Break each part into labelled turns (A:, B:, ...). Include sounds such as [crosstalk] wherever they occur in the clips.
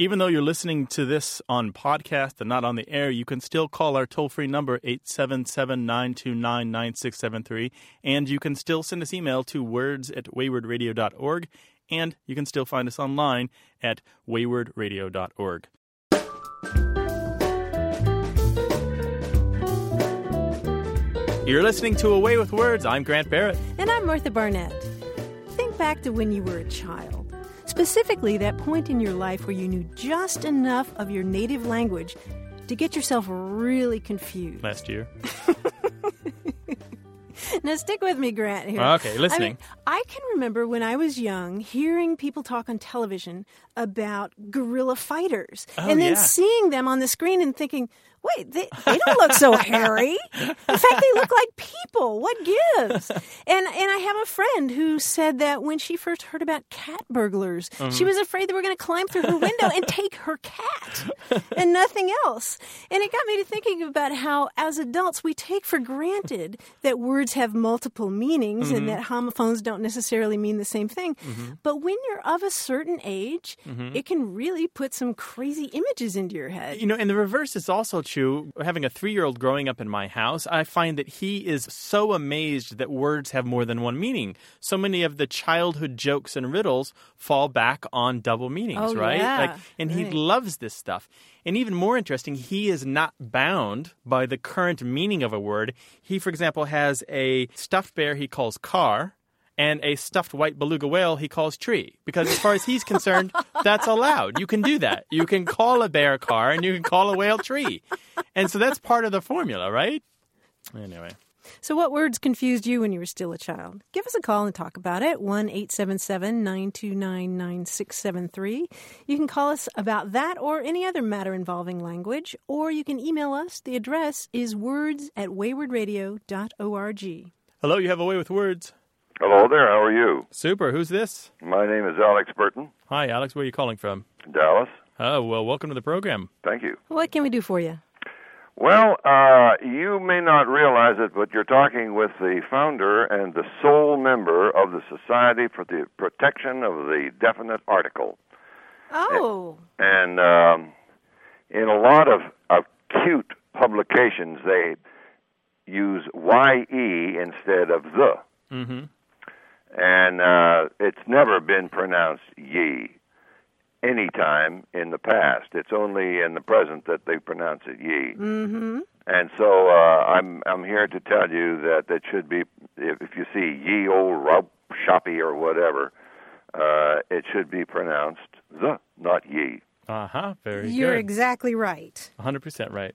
A: Even though you're listening to this on podcast and not on the air, you can still call our toll free number, 877 929 9673. And you can still send us email to words at waywardradio.org. And you can still find us online at waywardradio.org. You're listening to Away with Words. I'm Grant Barrett.
B: And I'm Martha Barnett. Think back to when you were a child, specifically that point in your life where you knew just enough of your native language to get yourself really confused.
A: Last year.
B: [laughs] Now, stick with me, Grant, here.
A: Okay,
B: I, mean,
A: listening.
B: I can remember when I was young hearing people talk on television about guerrilla fighters
A: Oh,
B: and then
A: yeah.
B: seeing them on the screen and thinking, wait, they, they don't look so hairy. In fact, they look like people. What gives? And, and I have a friend who said that when she first heard about cat burglars,
A: Mm-hmm.
B: she was afraid they were going to climb through her window and take her cat [laughs] and nothing else. And it got me to thinking about how, as adults, we take for granted [laughs] that words have multiple meanings
A: Mm-hmm.
B: and that homophones don't necessarily mean the same thing. But when you're of a certain age, it can really put some crazy images into your head.
A: Mm-hmm. You know, and the reverse is also true. Having a three year old growing up in my house, I find that he is so amazed that words have more than one meaning. So many of the childhood jokes and riddles fall back on double meanings,
B: Oh,
A: right?
B: yeah.
A: Like, and he
B: Right.
A: loves this stuff. And even more interesting, he is not bound by the current meaning of a word. He, for example, has a stuffed bear he calls car. And a stuffed white beluga whale he calls tree. Because as far as he's concerned, that's allowed. You can do that. You can call a bear car and you can call a whale tree. And so that's part of the formula, right? Anyway.
B: So, what words confused you when you were still a child? Give us a call and talk about it. 1 877 929 9673. You can call us about that or any other matter involving language, or you can email us. The address is words at waywardradio.org.
A: Hello, you have a way with words.
C: Hello there. How are you?
A: Super. Who's this?
C: My name is Alex Burton,
A: Hi, Alex. Where are you calling from?
C: Dallas.
A: Oh, well, welcome to the program.
C: Thank you.
B: What can we do for you?
C: Well, uh, you may not realize it, but you're talking with the founder and the sole member of the Society for the Protection of the Definite Article.
B: Oh,
C: And um, in a lot of, of cute publications, they use Y-E instead of the.
A: Mm-hmm.
C: and uh, it's never been pronounced ye any time in the past. It's only in the present that they pronounce it ye. Mm-hmm. And so uh, I'm I'm here to tell you that it should be if, if you see ye old rub shoppy or whatever, uh, it should be pronounced the, not ye.
A: Uh huh. Very
B: you're
A: good.
B: exactly right.
A: 100% right.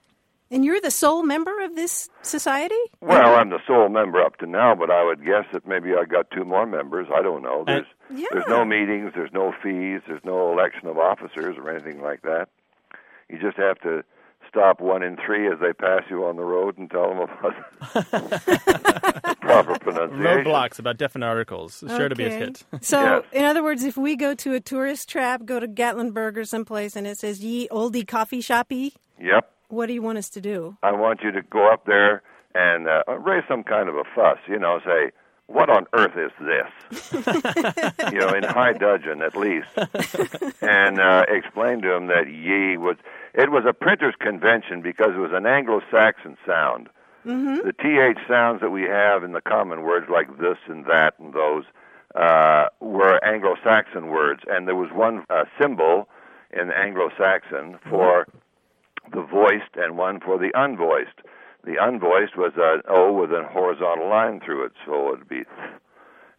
B: And you're the sole member of this society?
C: Well,
B: Mm-hmm.
C: I'm the sole member up to now, but I would guess that maybe I got two more members. I don't know. There's
B: yeah.
C: there's no meetings, there's no fees, there's no election of officers or anything like that. You just have to stop one in three as they pass you on the road and tell them about [laughs] proper pronunciation.
A: Roadblocks about definite articles. Sure to be a
B: Okay.
A: hit. [laughs]
B: So,
C: Yes.
B: in other words, if we go to a tourist trap, go to Gatlinburg or someplace, and it says "Ye Oldie Coffee Shoppy,"
C: Yep.
B: what do you want us to do?
C: I want you to go up there and uh, raise some kind of a fuss. You know, say, "What on earth is this?" you know, in high dudgeon at least, and uh, explain to him that ye was. It was a printers' convention because it was an Anglo-Saxon sound.
B: Mm-hmm.
C: The th sounds that we have in the common words like this and that and those uh, were Anglo-Saxon words, and there was one uh, symbol in Anglo-Saxon for the voiced and one for the unvoiced. The unvoiced was an O with a horizontal line through it, so it'd be.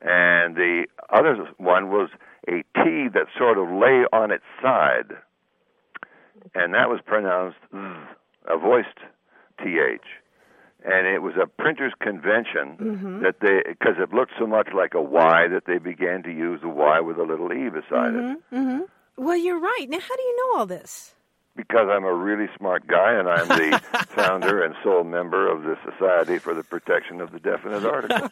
C: And the other one was a T that sort of lay on its side, and that was pronounced th, a voiced th. And it was a printers' convention
B: Mm-hmm.
A: Mm-hmm.
C: that they, because it
A: Mm-hmm.
C: looked so much like a Y, that they began to use the Y with a little E beside it.
B: Mm-hmm. Well, you're right. Now, how do you know all this?
C: because I'm a really smart guy and I'm
A: [laughs]
C: the founder and sole member of the Society for the Protection of the Definite
A: [laughs]
C: Article.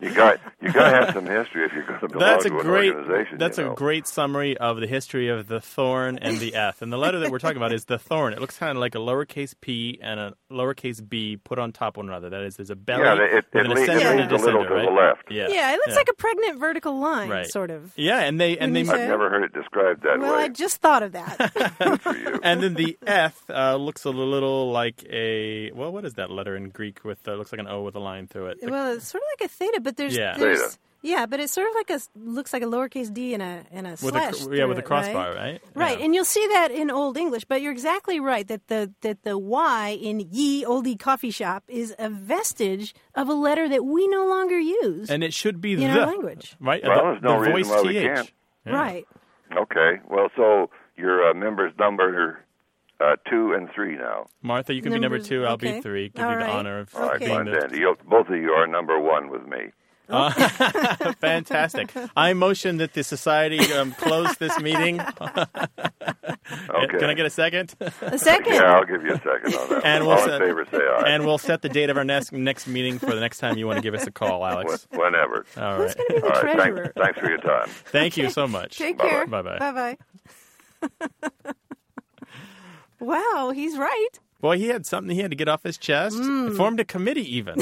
C: you got you got to have some history if you're going to belong
A: That's a
C: to an
A: great.
C: organization.
A: That's
C: you
A: a
C: know.
A: great summary of the history of the thorn and the F. And the letter that we're talking about is the thorn. It looks kind of like a lowercase p and a lowercase b put on top of one another. That is, there's a belly
C: Yeah, it, it,
A: with
C: it,
A: an
C: leans,
A: ascender
C: it
A: and
C: leans a little
A: descender,
C: to
A: right?
C: the left.
A: Yeah,
B: Yeah, it looks like a pregnant vertical line,
A: Right.
B: sort of.
A: Yeah, and they and
B: Wouldn't
A: they
B: you
C: I've
B: say?
C: never heard it described that
B: Well,
C: way
B: I just thought of that.
C: for you.
A: and then the F uh, looks a little like a well, what is that letter in Greek with uh, looks like an O with a line through it?
B: well, it's sort of like a theta, but there's
A: Yeah.
B: there's
C: Theta.
B: yeah, but it's sort of like a looks like a lowercase d and a and a
A: with
B: slash.
A: a, yeah,
B: through
A: with a
B: it,
A: crossbar, right?
B: Right,
A: Yeah.
B: and you'll see that in Old English, but you're exactly right that the that the Y in ye oldie coffee shop is a vestige of a letter that we no longer use.
A: And it should be
B: in
A: the
B: our language.
A: right?
C: Well,
A: The-
C: there's no reason
A: the voice
C: why we
A: th.
C: can't.
A: Yeah.
B: Right.
C: Okay. Well, so your uh, members number uh, two and three now.
A: Martha, you can
B: Numbers-
A: be number two. I'll
B: okay.
A: be three. Give
B: All
A: you the
B: right.
A: honor of
C: All right,
B: Okay.
A: being
C: fine,
A: the
C: dandy. You'll- both of you are number one with me.
A: [laughs] fantastic. I motion that the society um, close this
B: [laughs]
A: meeting.
C: Okay.
A: Can I get a second?
B: A second.
C: Yeah, I'll give you a second on that.
A: And
C: All
A: we'll
C: in
A: set-
C: favor, say aye.
A: and we'll set the date of our next next meeting for the next time you want to give us a call, Alex.
C: Wh- Whenever.
A: All
B: Who's
A: right.
B: going to be the
C: All right.
B: treasurer?
C: Thanks, thanks for your time.
A: Thank you so much.
B: Take
C: Bye-bye.
B: care.
A: Bye-bye.
B: Bye bye. [laughs] wow, he's right.
A: Boy, he had something he had to get off his chest.
B: Mm.
A: He formed a committee, even.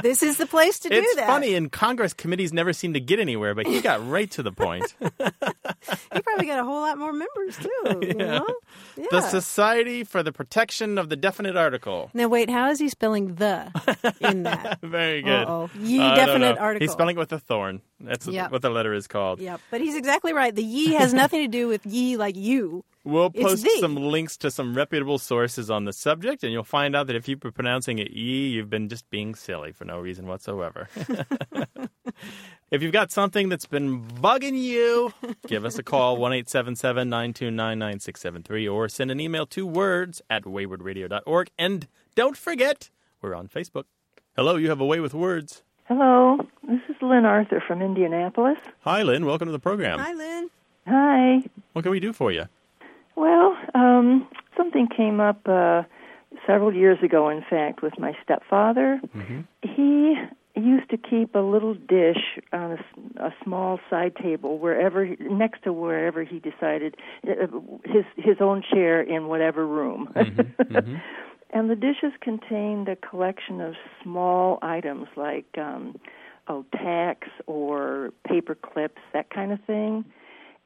B: This is the place to
A: it's
B: do that.
A: funny. In Congress, committees never seem to get anywhere, but he got right to
B: [laughs]
A: the point.
B: You probably got a whole lot more
A: [laughs]
B: members too. You know? Yeah.
A: The Society for the Protection of the Definite Article.
B: now wait, how is he spelling the in that?
A: [laughs] Very good.
B: Uh-oh. Ye
A: I don't
B: definite
A: know.
B: article.
A: He's spelling it with a thorn. That's
B: Yep.
A: what the letter is called.
B: Yep, but he's exactly right. The ye has nothing to do with ye like you.
A: We'll
B: It's
A: post
B: the.
A: some links to some reputable sources on the subject, and you'll find out that if you've been pronouncing it E, you've been just being silly for no reason whatsoever. [laughs] if you've got something that's been bugging you, give us a call, 1 877 929 9673, or send an email to words at waywardradio.org. And don't forget, we're on Facebook. Hello, you have a way with words.
D: Hello, this is Lynn Arthur from Indianapolis.
A: Hi, Lynn. Welcome to the program.
B: Hi, Lynn.
D: Hi.
A: What can we do for you?
D: Well, um, something came up uh, several years ago, in fact, with my stepfather. He used to keep a little dish on a, s- a small side table wherever next to wherever he decided uh, his his own chair in whatever room.
E: Mm-hmm.
D: And the dishes contained a collection of small items like um, oh, tacks or paper clips, that kind of thing.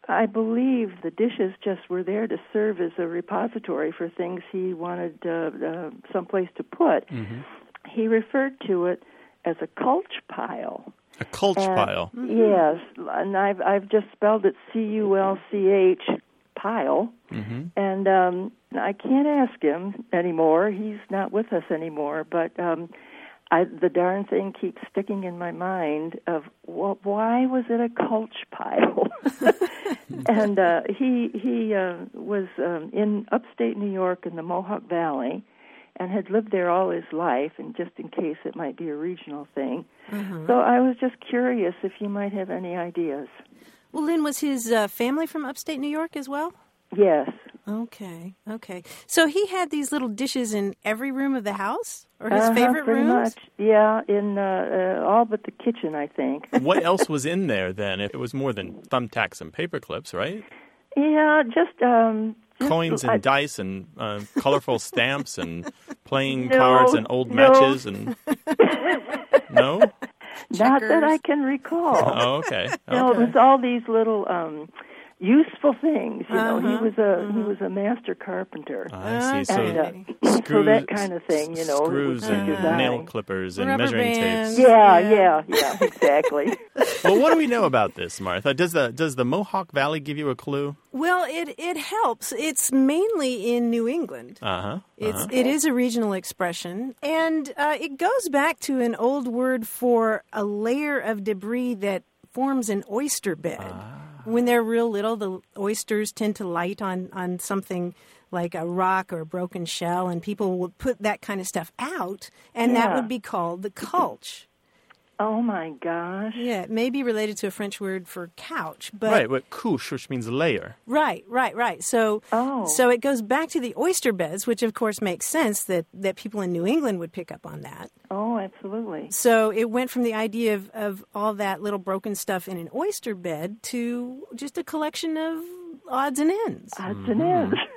D: I believe the dishes just were there to serve as a repository for things he wanted uh, uh, someplace to put. He referred to it as a culch pile.
A: A culch
D: And-
A: pile.
D: Yes, and I've I've just spelled it C U L C H pile, and um, I can't ask him anymore. He's not with us anymore, but. Um, I, the darn thing keeps sticking in my mind of wh- why was it a culch pile? and uh, he he uh, was um, in upstate New York in the Mohawk Valley, and had lived there all his life. And just in case it might be a regional thing,
B: Mm-hmm.
D: so I was just curious if you might have any ideas.
B: Well, Lynn was his uh, family from upstate New York as well.
D: Yes,
B: Okay, okay. So he had these little dishes in every room of the house, or his
D: Uh-huh,
B: favorite
D: pretty much.
B: rooms.
D: Yeah, in uh, uh, all but the kitchen, I think.
A: what else was in there then? If it was more than thumbtacks and paper clips, right?
D: yeah, just um,
A: Coins
D: I-
A: and dice and uh, colorful stamps and playing
D: No,
A: cards and old
D: no. [laughs]
A: matches and no.
D: not that I
B: checkers.
D: can recall.
A: Oh, okay.
D: No,
A: Okay.
D: it was all these little um useful things. You know,
B: Uh-huh,
D: he was a he was a master carpenter.
A: I
D: And,
A: see. So,
D: uh,
A: screws,
D: [laughs] so that kind of thing, you know. it was
A: screws and
D: design.
A: nail clippers and
B: Rubber
A: measuring
B: bands.
A: tapes.
D: Yeah,
B: Yeah.
D: yeah, yeah, [laughs] exactly.
A: Well, what do we know about this, Martha? Does the does the Mohawk Valley give you a clue?
B: Well, it it helps. It's mainly in New England.
A: Uh huh.
D: Uh-huh.
B: It's it is a regional expression, and uh, it goes back to an old word for a layer of debris that forms an oyster bed.
D: Ah.
B: When they're real little, the oysters tend to light on on something like a rock or a broken shell, and people would put that kind of stuff out, and that
D: Yeah.
B: would be called the culch.
D: [laughs] Oh my gosh.
B: Yeah, it may be related to a French word for couch, but
A: right, but couche, which means layer.
B: Right, right, right. So,
D: Oh.
B: so it goes back to the oyster beds, which of course makes sense that, that people in New England would pick up on that.
D: Oh, absolutely.
B: So it went from the idea of, of all that little broken stuff in an oyster bed to just a collection of odds and ends.
D: Odds and ends. [laughs]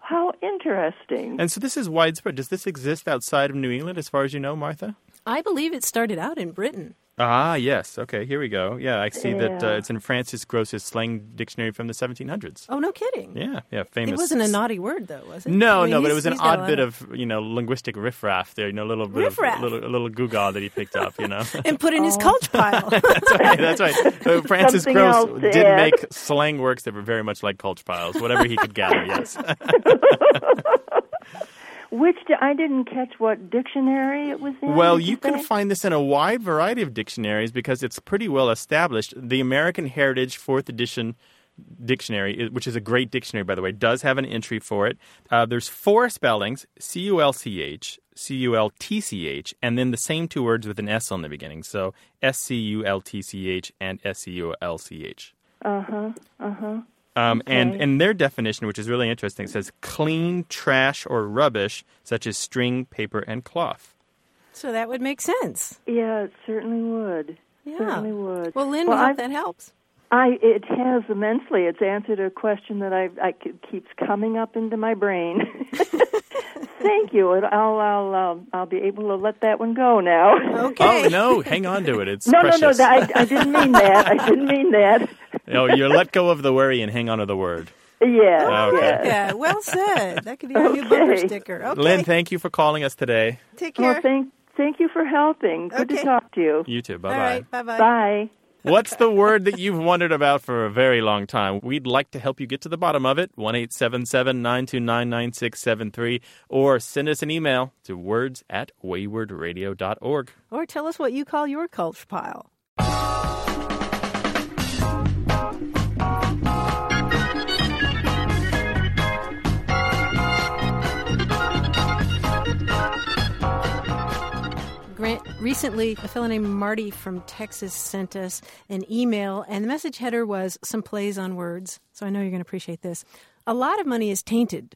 D: How interesting.
A: Mm-hmm. And so this is widespread. Does this exist outside of New England, as far as you know, Martha?
B: I believe it started out in Britain.
A: Ah, yes. Okay, here we go. Yeah, I see that uh,
D: Yeah.
A: it's in Francis Gross's slang dictionary from the 1700s.
B: Oh, no kidding.
A: Yeah, yeah, famous.
B: It wasn't a naughty word, though, was it?
A: No,
B: I mean,
A: no, but it
B: he's-
A: was an
B: he's got a
A: odd
B: lot
A: bit of you know linguistic riffraff there, you know, a little bit
B: Riffraff.
A: of little a little goo-gaw that he picked up, you know.
B: [laughs] And put in his culch pile.
A: Right, [laughs]
B: [laughs]
A: that's right. Uh, Francis
D: Oh. Something
A: Gross
D: else to
A: did
D: add.
A: make slang works that were very much like culture piles, whatever he could gather.
B: [laughs]
A: Yes,
D: Which di- I didn't catch what dictionary it was in.
A: Well,
D: did
A: you can
D: say?
A: find this in a wide variety of dictionaries because it's pretty well established. The American Heritage Fourth Edition dictionary, i- which is a great dictionary, by the way, does have an entry for it. Uh, there's four spellings C U L C H, C U L T C H, and then the same two words with an S on the beginning. So S C U L T C H and S C U L C H.
F: Uh-huh,
A: Um, And and their definition, which is really interesting, says clean trash or rubbish such as string, paper, and cloth.
B: so that would make sense.
D: Yeah, it certainly would.
B: Yeah.
D: Certainly would.
B: Well, Lynn,
D: well,
B: we hope
D: I've-
B: that helps.
D: I it has immensely. It's answered a question that I, I c- keeps coming up into my
B: [laughs]
D: brain. Thank you. And I'll I'll um, I'll be able to let that one go now.
B: Okay.
A: Oh no, hang on to it.
D: [laughs]
A: It's
D: No,
A: precious.
D: no, no. That, I, I didn't mean that. I didn't mean that.
A: [laughs] Oh, you let go of the worry and hang on to the word.
D: Yes,
A: Okay.
D: yes.
B: Yeah, well said. That could be our new bumper
D: Okay.
B: sticker. Okay.
A: Lynn, thank you for calling us today.
B: Take care.
D: Well, thank thank you for helping. Good
B: Okay.
D: to talk to you.
A: You too. Bye
B: All
A: bye.
B: right. Bye-bye.
D: Bye.
A: What's the word that you've wondered about for a very long time? We'd like to help you get to the bottom of it. 1 877 929 9673 or send us an email to words at waywardradio.org.
B: Or tell us what you call your culch pile. Grant, recently a fellow named Marty from Texas sent us an email, and the message header was some plays on words. So I know you're going to appreciate this. A lot of money is tainted.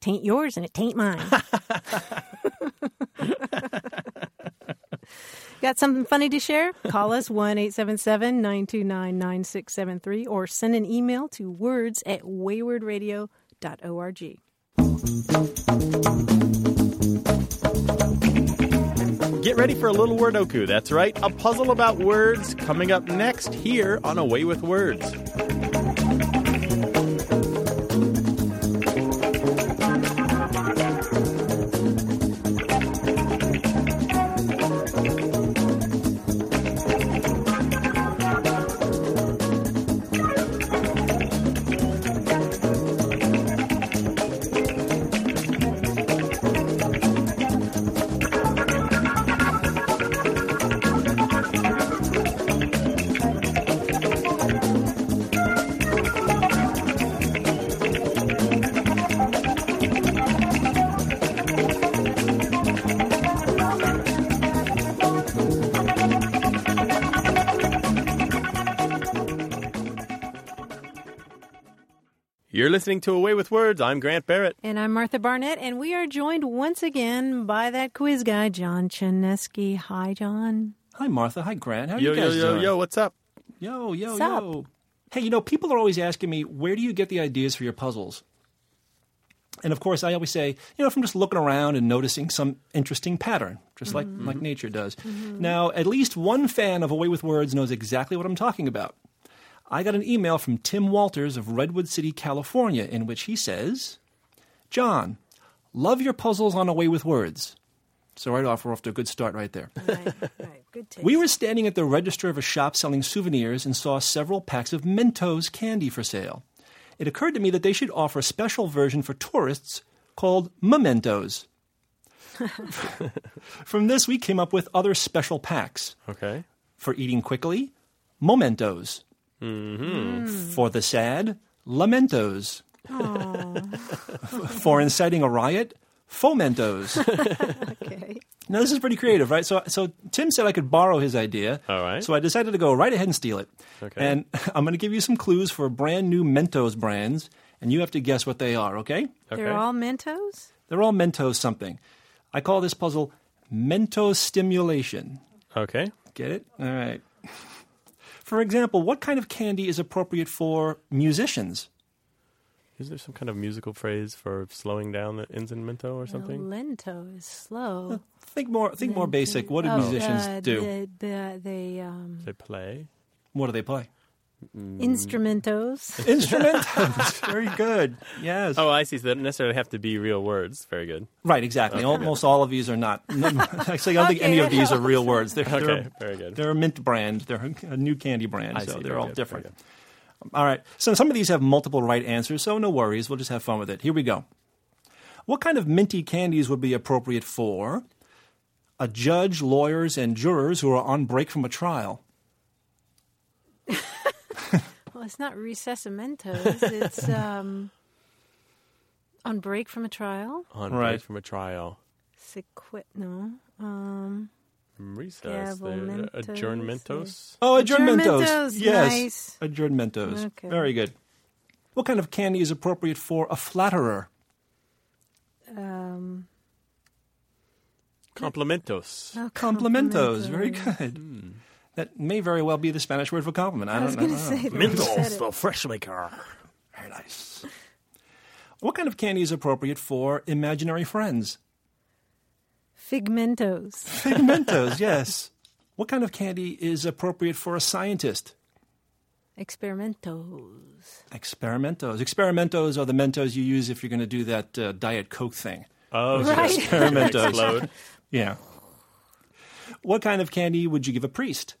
B: Taint yours and it taint mine. Got something funny to share? Call us 1 877 929 9673 or send an email to words at waywardradio.org.
A: Get ready for a little wordoku. That's right, a puzzle about words coming up next here on Away with Words. You're listening to Away with Words. I'm Grant Barrett.
B: And I'm Martha Barnett, and we are joined once again by that quiz guy, John Chinesky. Hi, John.
G: Hi, Martha. Hi, Grant. How are
A: Yo,
G: you
A: yo,
G: guys
A: yo,
G: doing?
A: yo, what's up?
G: yo, yo,
B: Sup?
G: yo. Hey, you know, people are always asking me, where do you get the ideas for your puzzles? And of course, I always say, you know, from just looking around and noticing some interesting pattern, just like, like nature does. Now, at least one fan of Away with Words knows exactly what I'm talking about. I got an email from Tim Walters of Redwood City, California, in which he says, John, love your puzzles on Away with Words. So, right off, we're off to a good start right there.
B: Right, right. Good taste.
G: We were standing at the register of a shop selling souvenirs and saw several packs of Mentos candy for sale. It occurred to me that they should offer a special version for tourists called Mementos. From this, we came up with other special packs
A: Okay.
G: for eating quickly, Momentos. For the sad, Lamentos. [laughs] for inciting a riot, Fomentos.
B: [laughs] okay.
G: No, this is pretty creative, right? So, so Tim said I could borrow his idea.
H: All right.
G: So I decided to go right ahead and steal it. Okay. And [laughs] I'm going to give you some clues for brand new Mentos brands, and you have to guess what they are. Okay?
B: They're all Mentos?
G: They're all Mentos something. I call this puzzle Mentos stimulation.
H: Okay.
G: Get it? All right. [laughs] For example, what kind of candy is appropriate for musicians?
H: Is there some kind of musical phrase for slowing down that ends in mento or something?
B: Lento is slow.
G: [laughs] Think more. Think more basic. What do
B: Oh,
G: musicians
B: uh,
G: do?
B: The, the, the um,
H: They play.
G: What do they play?
B: instrumentos. [laughs]
G: Mm. [laughs] Instrumentos. Very good. Yes.
H: Oh, I see. So they don't necessarily have to be real words. Very good.
G: Right. Exactly. Almost all of these are not. [laughs] no, actually, I don't
B: Okay,
G: think any of
B: that
G: these are real words. They're, they're-
H: Okay. Very good.
G: They're a mint brand. They're a new candy brand, so
H: see.
G: they're
H: Very
G: all
H: good, very
G: different. All right. So some of these have multiple right answers, so no worries. We'll just have fun with it. Here we go. What kind of minty candies would be appropriate for a judge, lawyers, and jurors who are on break from a trial?
B: well, it's not recessamentos. It's um, on break from a trial.
H: On
G: Right.
H: break from a trial.
B: Sequi- no. Um,
H: Recess. they-
B: Gavelmentos,
H: Adjournmentos.
G: Oh, adjournmentos.
B: Adjournmentos,
G: Yes.
B: nice.
G: Adjournmentos.
B: Okay.
G: Very good. What kind of candy is appropriate for a flatterer?
B: um,
H: Complimentos.
B: oh,
G: Complimentos. Very
B: Hmm.
G: good. That may very well be the Spanish word for compliment. I,
B: I
G: don't
B: was
G: know.
B: going to say that. You said
H: Mentos,
B: it.
H: the fresh maker.
G: Very nice. What kind of candy is appropriate for imaginary friends?
B: Figmentos.
G: Pigmentos, yes. What kind of candy is appropriate for a scientist?
B: [laughs] Experimentos.
G: Experimentos. Experimentos are the Mentos you use if you're going to do that uh, Diet Coke thing.
H: Oh, so
B: Right.
H: [laughs]
G: Experimentos.
H: Explode.
G: Yeah. What kind of candy would you give a priest?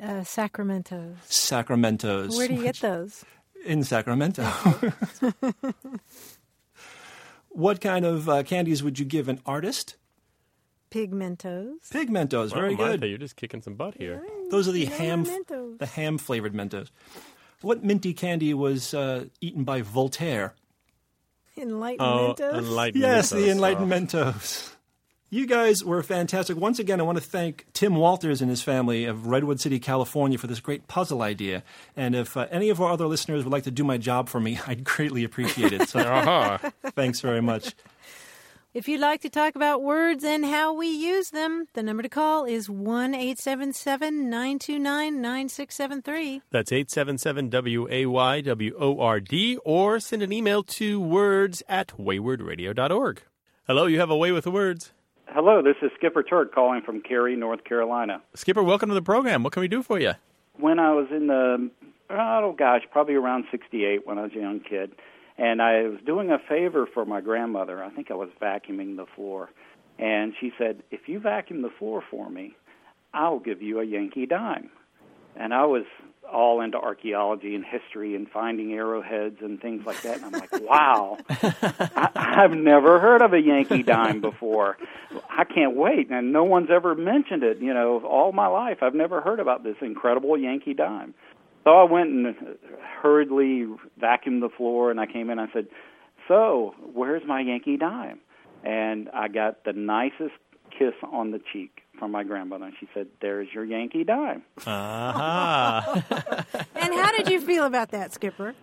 B: Uh, sacramentos.
G: Sacramentos.
B: Where do you get those?
G: In Sacramento. [laughs] what kind of uh, candies would you give an artist?
B: Pigmentos.
G: Pigmentos.
H: Well,
G: Very
H: Martha,
G: good.
H: You're just kicking some butt here.
G: Those are the ham,
B: Mentos.
G: the ham flavored Mentos. What minty candy was uh, eaten by Voltaire?
H: Oh,
B: Enlightenmentos.
H: enlightenmentos.
G: Yes, the
H: Oh.
G: Enlightened Mentos. You guys were fantastic. Once again, I want to thank Tim Walters and his family of Redwood City, California, for this great puzzle idea. And if uh, any of our other listeners would like to do my job for me, [laughs] I'd greatly appreciate it.
H: [laughs]
G: So
H: Uh-huh.
G: thanks very much.
B: If you'd like to talk about words and how we use them, the number to call is 1 877 929 9673.
H: That's 877 W A Y W O R D, or send an email to words at waywardradio.org. Hello, you have a way with the words.
I: Hello, this is Skipper Turk calling from Cary, North Carolina.
H: Skipper, welcome to the program. What can we do for [laughs] you?
I: When I was in the, oh gosh, probably around 68 when I was a young kid, and I was doing a favor for my grandmother. I think I was vacuuming the floor. And she said, If you vacuum the floor for me, I'll give you a Yankee dime. And I was all into archaeology and history and finding arrowheads and things like that. And I'm like, wow, I, I've never heard of a Yankee dime before. I can't wait. And no one's ever mentioned it. You know, all my life, I've never heard about this incredible Yankee dime. So I went and hurriedly vacuumed the floor, and I came in. I said, "So, where's my Yankee dime?" And I got the nicest kiss on the cheek from my grandmother, and she said, "There's your Yankee dime."
B: And how did you feel about that, Skipper?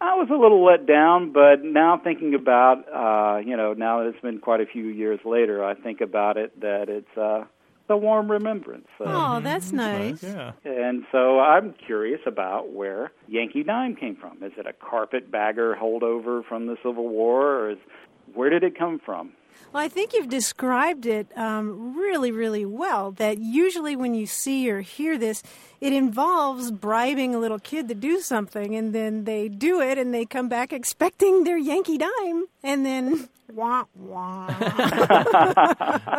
I: I was a little let down, but now thinking about, uh, you know, now that it's been quite a few years later, I think about it that it's uh, a warm remembrance. So,
B: Oh, that's nice.
H: Yeah.
I: And so I'm curious about where Yankee Dime came from. Is it a carpetbagger holdover from the Civil War, or is, where did it come from?
B: Well, I think you've described it um, really, really well. That usually when you see or hear this, it involves bribing a little kid to do something, and then they do it, and they come back expecting their Yankee dime, and then [laughs] wah wah.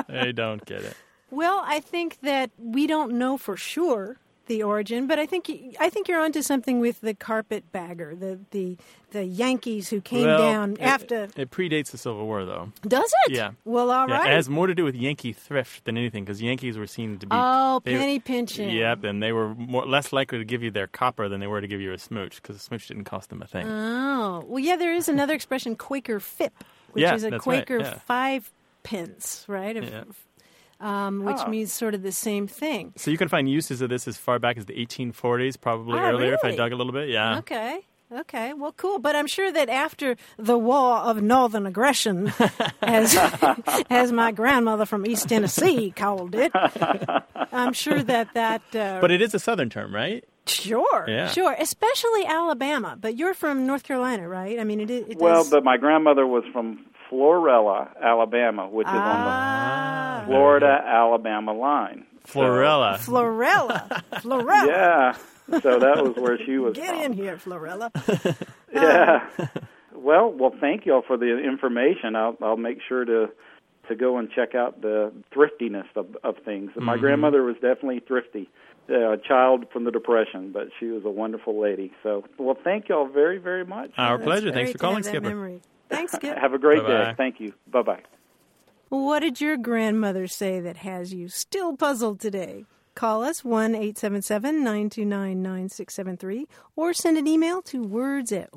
H: They don't get it.
B: Well, I think that we don't know for sure the origin, but I think I think you're onto something with the carpetbagger, the the the Yankees who came
H: Well,
B: down
H: it-
B: after.
H: It predates the Civil War, though.
B: Does it?
H: Yeah.
B: Well, all right.
H: Yeah, it has more to do with Yankee thrift than anything, because Yankees were seen to be.
B: Oh,
H: they-
B: penny pinching.
H: Yep, and they were more, less likely to give you their copper than they were to give you a smooch, because a smooch didn't cost them a
B: Mm.
H: thing. [laughs]
B: Oh, well, yeah. There is another expression, Quaker fip, which
H: Yeah,
B: is a
H: that's right,
B: Quaker
H: yeah.
B: five pins, right? If- um, which
H: Ah.
B: means sort of the same thing.
A: So you can find uses of this as far back as the 1840s, probably
B: Ah,
A: earlier if I
B: really?
A: dug a little bit.
H: Uh.
A: Yeah.
B: Okay. Okay. Well, cool. But I'm sure that after the War of
H: [laughs]
B: Northern Aggression, as [laughs] as my grandmother from East Tennessee called it, I'm sure that that.
H: [laughs]
B: Uh,
A: But it is a southern term, right?
B: sure,
A: Yeah.
B: sure, especially Alabama. But you're from North Carolina, right? I mean, it. it
I: Well,
B: does-
I: but my grandmother was from Florella, Alabama, which is on the Florida Alabama line. So-
A: Florella.
B: Ah.
H: [laughs]
B: Florella, Florella,
I: yeah. So that was where she was
B: get
I: from.
B: in here,
A: [laughs]
B: Florella.
A: Um,
I: Yeah. Well, well, thank y'all for the information. I'll I'll make sure to to go and check out the thriftiness of of things.
A: Mm-hmm.
I: My grandmother was definitely thrifty, uh, a child from the depression, but she was a wonderful lady. So, well, thank y'all very very much.
A: Our pleasure.
B: It's
A: Thanks
B: great
A: for
B: to have
A: calling,
B: that
A: Skipper.
B: memory. Thanks, Skip.
I: Have a great
A: Bye-bye.
I: day. Thank you. Bye bye.
B: What did your grandmother say that has you still puzzled today? Call us 1 877 929 9673 or send an email to words at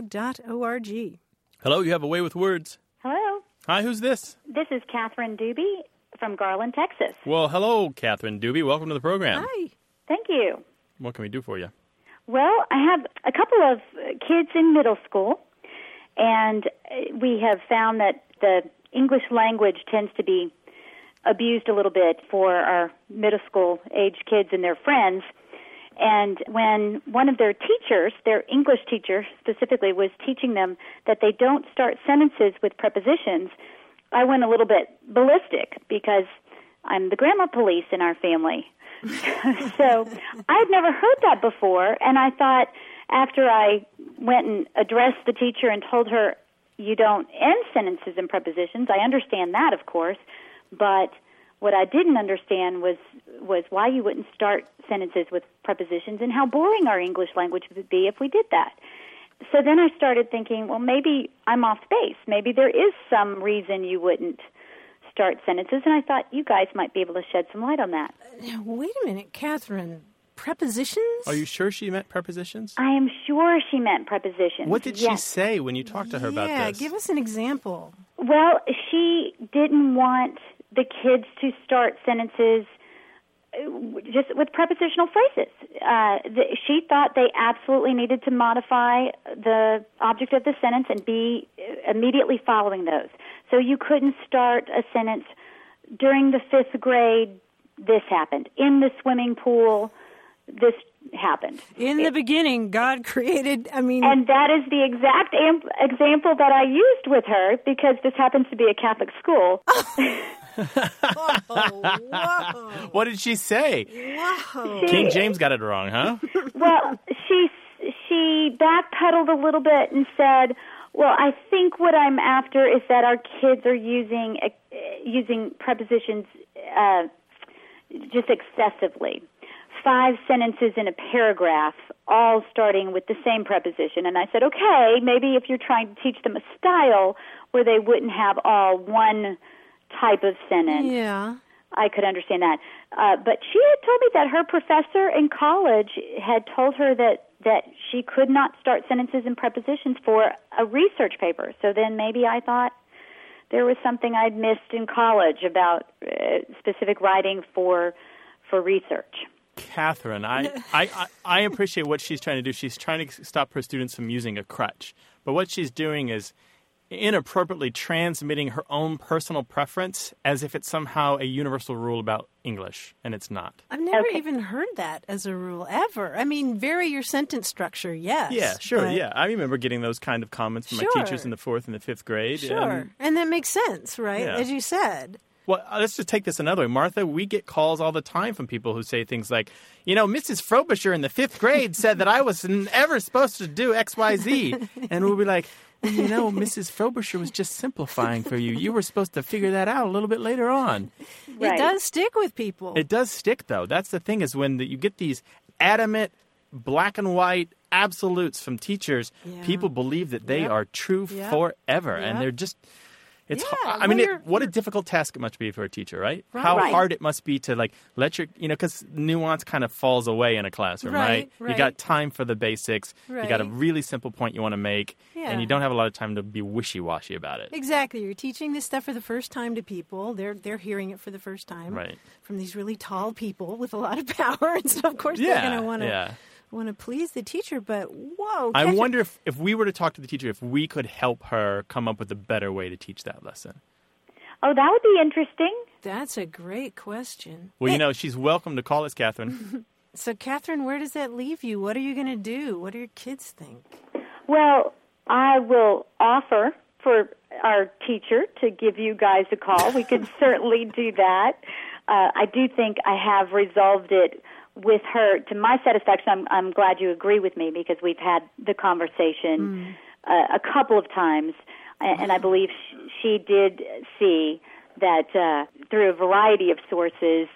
B: waywardradio.org.
A: Hello, you have a way with words.
E: Hello.
A: Hi, who's this?
E: This is Catherine Doobie from Garland, Texas.
A: Well, hello, Catherine Doobie. Welcome to the program.
B: Hi.
E: Thank you.
A: What can we do for you?
E: Well, I have a couple of uh, kids in middle school, and uh, we have found that the English language tends to be abused a little bit for our middle school age kids and their friends. And when one of their teachers, their English teacher specifically, was teaching them that they don't start sentences with prepositions, I went a little bit ballistic because I'm the grammar police in our family. so I'd never heard that before, and I thought after I went and addressed the teacher and told her you don't end sentences in prepositions. I understand that, of course, but what I didn't understand was was why you wouldn't start sentences with prepositions and how boring our English language would be if we did that. So then I started thinking, well, maybe I'm off base. Maybe there is some reason you wouldn't start sentences, and I thought you guys might be able to shed some light on that.
B: Now, wait a minute, Catherine. Prepositions?
A: Are you sure she meant prepositions?
E: I am sure she meant prepositions.
A: What did she
E: yes.
A: say when you talked to her about
B: yeah,
A: this? [laughs]
B: give us an example.
E: Well, she didn't want the kids to start sentences uh, w- just with prepositional phrases. Uh, the, she thought they absolutely needed to modify the object of the sentence and be uh, immediately following those. So you couldn't start a sentence during the fifth grade. This happened in the swimming pool. This happened.
B: In the beginning, God created, I mean,
E: And that is the exact am- example that I used with her because this happens to be a Catholic
B: [laughs]
E: school.
B: whoa,
A: what did she say?
B: whoa.
A: King James got it
B: [laughs]
A: wrong, huh?
E: well, she she backpedaled a little bit and said, "Well, I think what I'm after is that our kids are using uh, using prepositions uh, just excessively." Five sentences in a paragraph, all starting with the same preposition. And I said, okay, maybe if you're trying to teach them a style where they wouldn't have all one type of sentence,
B: Yeah.
E: I could understand that. Uh, but she had told me that her professor in college had told her that that she could not start sentences in prepositions for a research paper. So then maybe I thought there was something I'd missed in college about uh, specific writing for for research.
A: Catherine, I, I, I, I appreciate what she's trying to do. She's trying to stop her students from using a crutch. But what she's doing is inappropriately transmitting her own personal preference as if it's somehow a universal rule about English, and it's not.
B: I've never
E: Okay.
B: even heard that as a rule ever. I mean, vary your sentence structure, yes.
A: Yeah, sure.
B: but-
A: Yeah, I remember getting those kind of comments from my teachers
B: Sure.
A: in the fourth and the fifth grade.
B: Sure.
A: Um,
B: and that makes sense, right?
A: Yeah.
B: As you said.
A: well, uh, let's just take this another way, Martha. We get calls all the time from people who say things like, "You know, Mrs. Frobisher in the fifth grade said that I was never supposed to do X, Y, Z," and we'll be like. "Well, You know, Mrs. Frobisher was just simplifying for you. You were supposed to figure that out a little bit later on.
E: Right.
B: It does stick with people.
A: It does stick, though. That's the thing is when the, you get these adamant, black and white absolutes from teachers,
B: Yeah.
A: people believe that they
B: Yep.
A: are true
B: Yep.
A: forever, and
B: Yep.
A: they're just. It's
B: Yeah,
A: hard. I
B: well,
A: mean,
B: you're-
A: it, what a difficult task it must be for a teacher, right? How
E: Right.
A: hard it must be to like let your you know because nuance kind of falls away in a classroom, right?
B: Right,
A: You
B: right.
A: got time for the basics. You got a
B: Right.
A: really simple point you want to make,
B: Yeah.
A: and you don't have a lot of time to be wishy washy about it.
B: Exactly. You're teaching this stuff for the first time to people. They're they're hearing it for the first time
A: Right.
B: from these really tall people with a lot of [laughs] power, and so of course
A: Yeah,
B: they're going to want to
A: yeah.
B: want to please the teacher. But whoa,
A: I
B: catch a-
A: wonder if, if we were to talk to the teacher, if we could help her come up with a better way to teach that lesson.
E: Oh, that would be interesting.
B: That's a great question.
A: Well, you know, she's welcome to call us, Catherine.
B: So, Catherine, where does that leave you? What are you going to do? What do your kids think?
E: Well, I will offer for our teacher to give you guys a call. We could certainly do that. Uh, I do think I have resolved it with her to my satisfaction. I'm, I'm glad you agree with me because we've had the conversation uh, a couple of times, a- and I believe sh- she did see that uh, through a variety of sources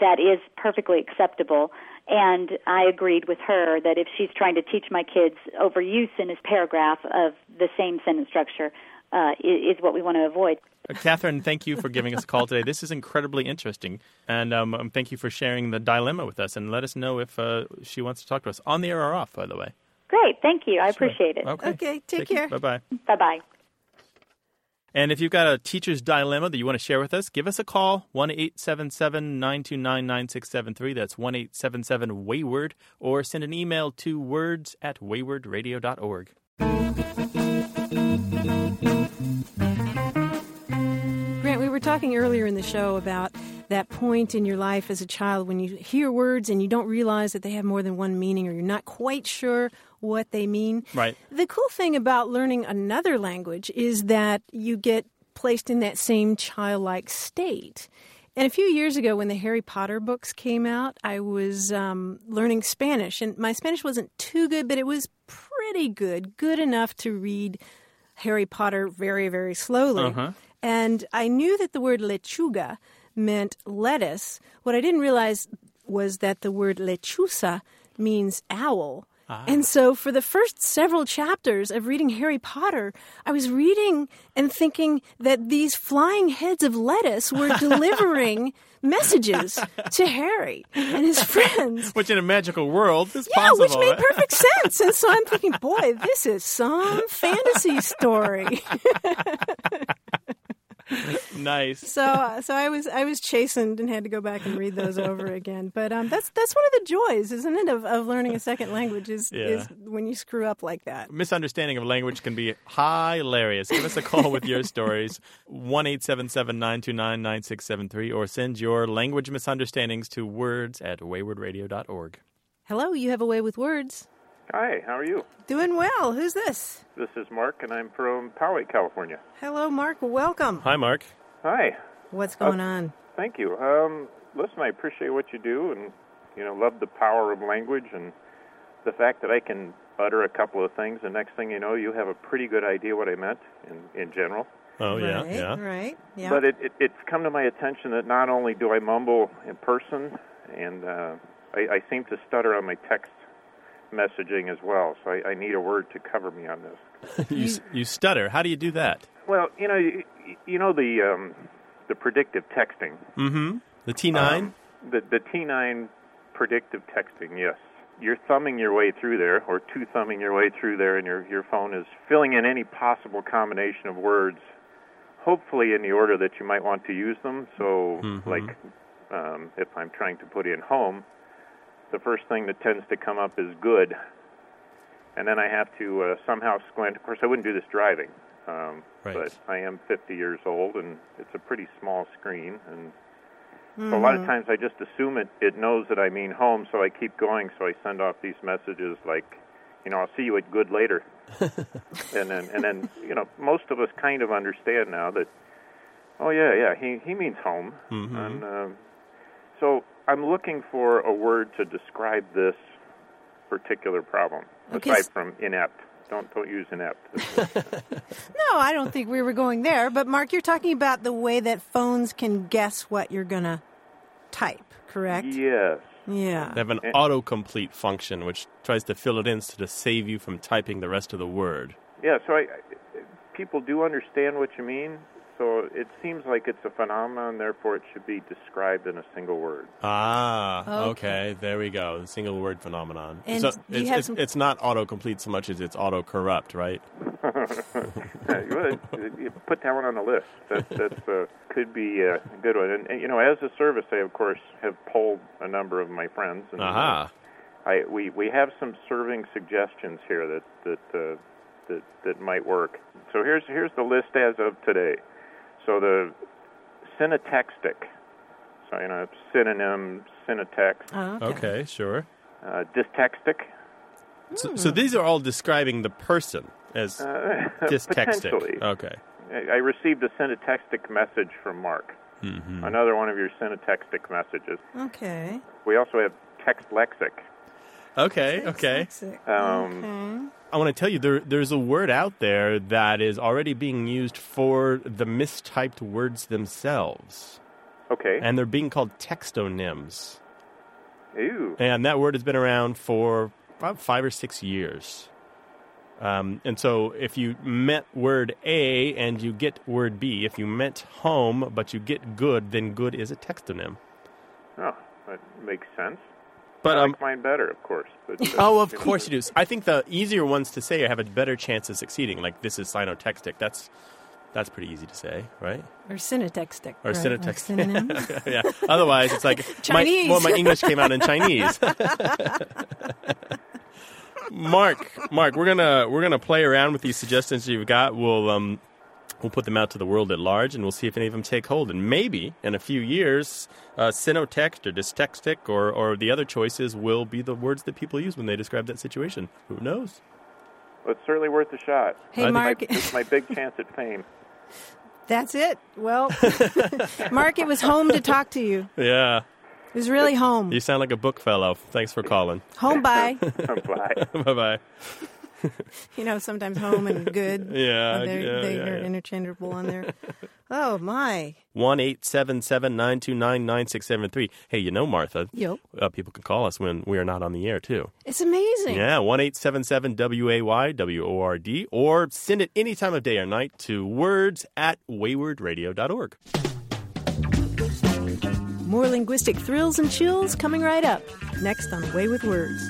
E: that is perfectly acceptable. And I agreed with her that if she's trying to teach my kids overuse in this paragraph of the same sentence structure, uh, is, is what we want to avoid.
A: Uh, Catherine, thank you for giving us a call today. This is incredibly interesting. And um, um, thank you for sharing the dilemma with us. And let us know if uh, she wants to talk to us on the air or off, by the way.
E: Great, thank you. I appreciate it.
A: Okay.
B: Okay, take care.
A: Bye bye.
E: Bye bye.
A: And if you've got a teacher's dilemma that you want to share with us, give us a call 1 877 929 9673. That's 1 877 Wayward. Or send an email to words at waywardradio.org.
B: Grant, we were talking earlier in the show about that point in your life as a child when you hear words and you don't realize that they have more than one meaning or you're not quite sure what they mean.
A: Right.
B: The cool thing about learning another language is that you get placed in that same childlike state. And a few years ago, when the Harry Potter books came out, I was um, learning Spanish. And my Spanish wasn't too good, but it was pretty good, good enough to read Harry Potter very, very slowly.
G: Uh-huh.
H: Uh-huh.
B: And I knew that the word lechuga meant lettuce. What I didn't realize was that the word lechusa means owl. And so, for the first several chapters of reading Harry Potter, I was reading and thinking that these flying heads of lettuce were delivering messages to Harry and his friends.
A: [laughs] Which in a magical world is
B: Yeah,
A: possible.
B: which made
A: right?
B: perfect sense. And so I'm thinking, boy, this is some fantasy story.
A: [laughs] nice.
B: So, uh, so I was I was chastened and had to go back and read those over again. But um, that's that's one of the joys, isn't it, of, of learning a second language is,
A: Yeah.
B: is when you screw up like that.
A: Misunderstanding of language can be hilarious. Give us a call with
B: [laughs]
A: your stories, 1 877 929 9673, or send your language misunderstandings to words
B: [laughs]
A: at waywardradio.org.
B: Hello, you have a way with words.
J: Hi, how are you?
B: Doing well. Who's this?
J: This is Mark, and I'm from Poway, California.
B: Hello, Mark. Welcome.
A: Hi, Mark.
J: Hi,
B: What's going on?
J: thank you. Um, listen, I appreciate what you do, and you know, love the power of language and the fact that I can utter a couple of things, and next thing you know, you have a pretty good idea what I meant in, in general.
A: Oh, yeah.
B: right,
A: Yeah.
B: right, yeah.
J: But it, it, it's come to my attention that not only do I mumble in person, and uh, I, I seem to stutter on my text messaging as well. So I, I need a word to cover me on this.
A: You, s- you stutter. How do you do that?
J: Well, you know, you, you know the um, the predictive texting, Mm-hmm.
A: The T9?
J: the the T9 predictive texting. Yes, you're thumbing your way through there, or two thumbing your way through there, and your your phone is filling in any possible combination of words, hopefully in the order that you might want to use them. So,
A: Mm-hmm.
J: like, um, if I'm trying to put in home, the first thing that tends to come up is good, and then I have to uh, somehow squint. Of course, I wouldn't do this driving. Um,
A: Right.
J: But I am 50 years old, and it's a pretty small screen, and so a lot
B: Mm-hmm.
D: Mm-hmm.
J: of times I just assume it, it knows that I mean home, so I keep going. So I send off these messages like, you know, I'll see you at good later. and then, and then, you know, most of us kind of understand now that, oh yeah, yeah, he he means home.
A: Mm-hmm.
J: And um, so I'm looking for a word to describe this particular problem,
B: Okay, s-
J: aside from inept. Don't don't use inept. [laughs]
B: no, I don't think we were going there. But Mark, you're talking about the way that phones can guess what you're gonna type, correct?
J: yes.
B: Yeah.
H: They have an autocomplete function which tries to fill it in to save you from typing the rest of the word.
J: Yeah, so I, I- people do understand what you mean. so it seems like it's a phenomenon, therefore it should be described in a single word.
A: Ah, okay.
B: Okay.
A: There we go. The single word phenomenon.
B: And
A: so
B: do you
A: it's,
B: have
A: it's,
B: some-
A: it's not autocomplete so much as it's auto
B: [laughs]
A: corrupt, right?
J: Yeah, Uh, you would- you put that one on the list. That that's, uh, could be uh, a good one. And, and, you know, as a service, I of course have polled a number of my friends, and
A: Aha.
J: I we we have some serving suggestions here that that uh, that that might work. So here's here's the list as of today. So the synotextic, so you know, synonym, synotext,
B: Oh, okay.
A: Ah, Okay, sure.
J: uh, dystextic,
A: So, so these are all describing the person
J: [laughs]
A: as dystextic.
J: Uh, potentially.
A: Okay.
J: I I received a synotextic message from Mark.
A: Mm-hmm.
J: Another one of your synotextic messages.
B: Okay.
J: We also have text lexic.
A: Okay, okay.
J: Um,
A: I want to tell you there there's a word out there that is already being used for the mistyped words themselves.
J: Okay.
A: And they're being called textonyms.
J: Ew.
A: And that word has been around for about five or six years. Um, and so if you meant word A and you get word B, if you meant home but you get good, then good is a textonym.
J: Oh, that makes sense.
A: But
J: I
A: um,
J: like mine better, of course.
A: [laughs]
J: But uh,
A: Oh, of course you do. I think the easier ones to say have a better chance of succeeding. Like this is sinotextic. That's that's pretty easy to say, right?
B: Or synotextic.
A: Or
B: right?
A: synotextic.
B: synonym.
A: [laughs] yeah. Otherwise, it's like
B: Chinese.
A: My, well, my English came out in Chinese. Mark, Mark, we're gonna we're gonna play around with these suggestions you've got. We'll um we'll put them out to the world at large, and we'll see if any of them take hold. And maybe in a few years, uh, synotext or dystextic or or the other choices will be the words that people use when they describe that situation. Who knows?
J: it's certainly worth a shot.
B: Hey,
A: I think-
B: Mark.
J: It's my big chance at fame.
B: That's it. Well, [laughs] Mark, it was home to talk to you.
A: Yeah,
B: It was really home.
A: you sound like a book fellow. Thanks for calling. [laughs]
B: Home [laughs] by.
J: Bye.
A: bye bye.
B: You know, sometimes home and good.
A: [laughs] Yeah,
B: They're,
A: yeah,
B: they
A: yeah,
B: are
A: yeah.
B: interchangeable on there. Oh, my.
A: [laughs] one eight seven seven nine two nine nine six seven three. Hey, you know Martha.
B: Yep.
A: Uh, people can call us when we are not on the air too.
B: It's amazing.
A: Yeah, one eight seven seven W A Y W O R D, or send it any time of day or night to words at waywardradio.org.
B: More linguistic thrills and chills coming right up next on Away with Words.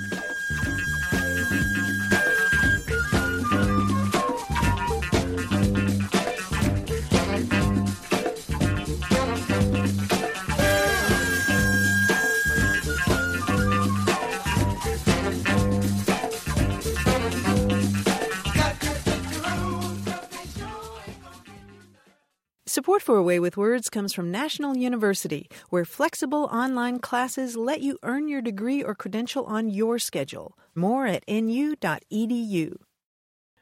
B: Support for Away with Words comes from National University, where flexible online classes let you earn your degree or credential on your schedule. More at E nu.edu.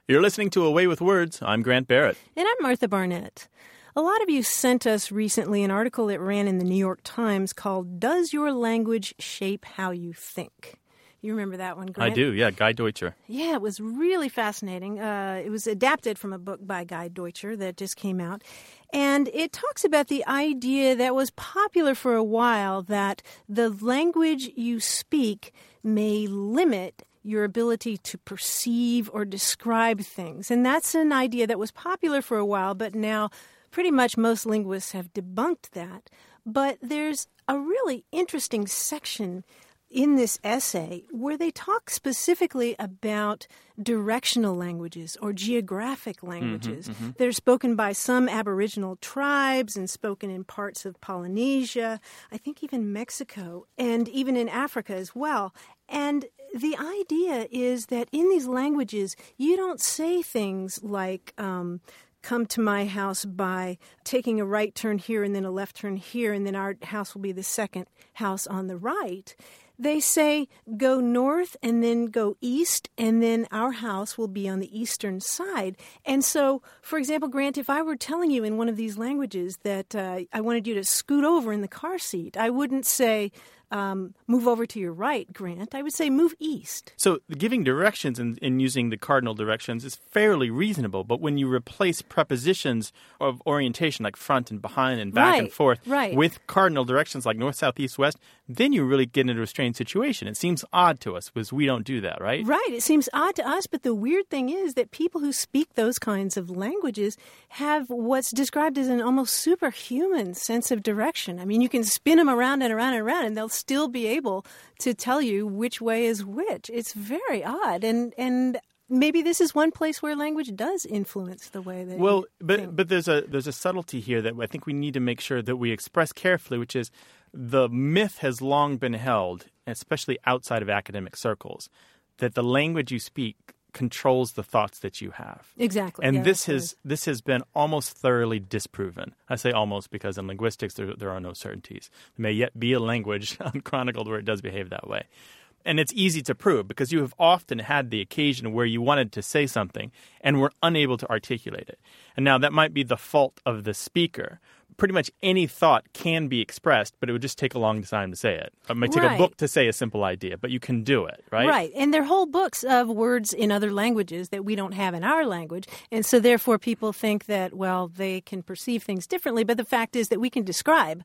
K: You're listening to Away with Words. I'm Grant Barrett.
B: And I'm Martha Barnett. A lot of you sent us recently an article that ran in the New York Times called Does Your Language Shape How You Think? You remember that one, Grant?
K: I do, yeah, Guy Deutscher.
B: Yeah, it was really fascinating. Uh, it was adapted from a book by Guy Deutscher that just came out. And it talks about the idea that was popular for a while that the language you speak may limit your ability to perceive or describe things. And that's an idea that was popular for a while, but now pretty much most linguists have debunked that. But there's a really interesting section in this essay where they talk specifically about directional languages or geographic languages that are spoken by some aboriginal tribes and spoken in parts of Polynesia, I think even Mexico, and even in Africa as well. And the idea is that in these languages, you don't say things like, um, come to my house by taking a right turn here and then a left turn here, and then our house will be the second house on the right. They say go north and then go east, and then our house will be on the eastern side. And so, for example, Grant, if I were telling you in one of these languages that uh, I wanted you to scoot over in the car seat, I wouldn't say, um, move over to your right, Grant, I would say move east.
A: So giving directions and, and using the cardinal directions is fairly reasonable, but when you replace prepositions of orientation like front and behind and back and
B: Right,
A: forth
B: right.
A: with cardinal directions like north, south, east, west, then you really get into a strange situation. It seems odd to us because we don't do that, right?
B: Right. It seems odd to us, but the weird thing is that people who speak those kinds of languages have what's described as an almost superhuman sense of direction. I mean, you can spin them around and around and around, and they'll still be able to tell you which way is which. It's very odd, and and maybe this is one place where language does influence the way that.
A: Well,
B: you think.
A: but but there's a there's a subtlety here that I think we need to make sure that we express carefully, which is the myth has long been held, especially outside of academic circles, that the language you speak controls the thoughts that you have.
B: exactly,
A: And
B: yeah,
A: this
B: that's right.
A: has this has been almost thoroughly disproven. I say almost because in linguistics there there are no certainties. There may yet be a language [laughs] unchronicled where it does behave that way. And it's easy to prove because you have often had the occasion where you wanted to say something and were unable to articulate it. And now that might be the fault of the speaker. Pretty much any thought can be expressed, but it would just take a long time to say it. It might take a
B: Right.
A: book to say a simple idea, but you can do it, right?
B: And there are whole books of words in other languages that we don't have in our language. And so, therefore, people think that, well, they can perceive things differently. But the fact is that we can describe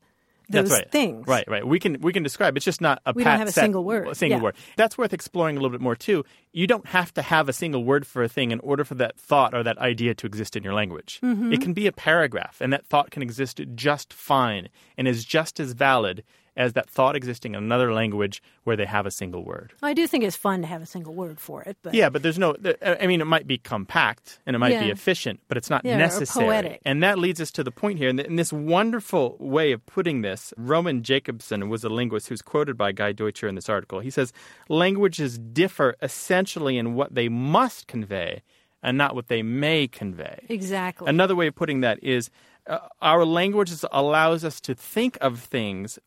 B: those
A: That's right.
B: things.
A: Right, right. We can we can describe. It's just not a
B: We don't
A: pat
B: have a
A: set-
B: single word.
A: a single
B: Yeah.
A: word. That's worth exploring a little bit more too. You don't have to have a single word for a thing in order for that thought or that idea to exist in your language.
B: Mm-hmm.
A: It can be a paragraph, and that thought can exist just fine and is just as valid as that thought existing in another language where they have a single word.
B: I do think it's fun to have a single word for it. But
A: Yeah, but there's no. th- I mean, it might be compact and it might be
B: Yeah.
A: efficient, but it's not
B: Yeah, or
A: necessary.
B: poetic.
A: And that leads us to the point here. And th- and this wonderful way of putting this, Roman Jacobson was a linguist who's quoted by Guy Deutscher in this article. He says languages differ essentially in what they must convey and not what they may convey.
B: Exactly.
A: Another way of putting that is uh, our language is- allows us to think of things,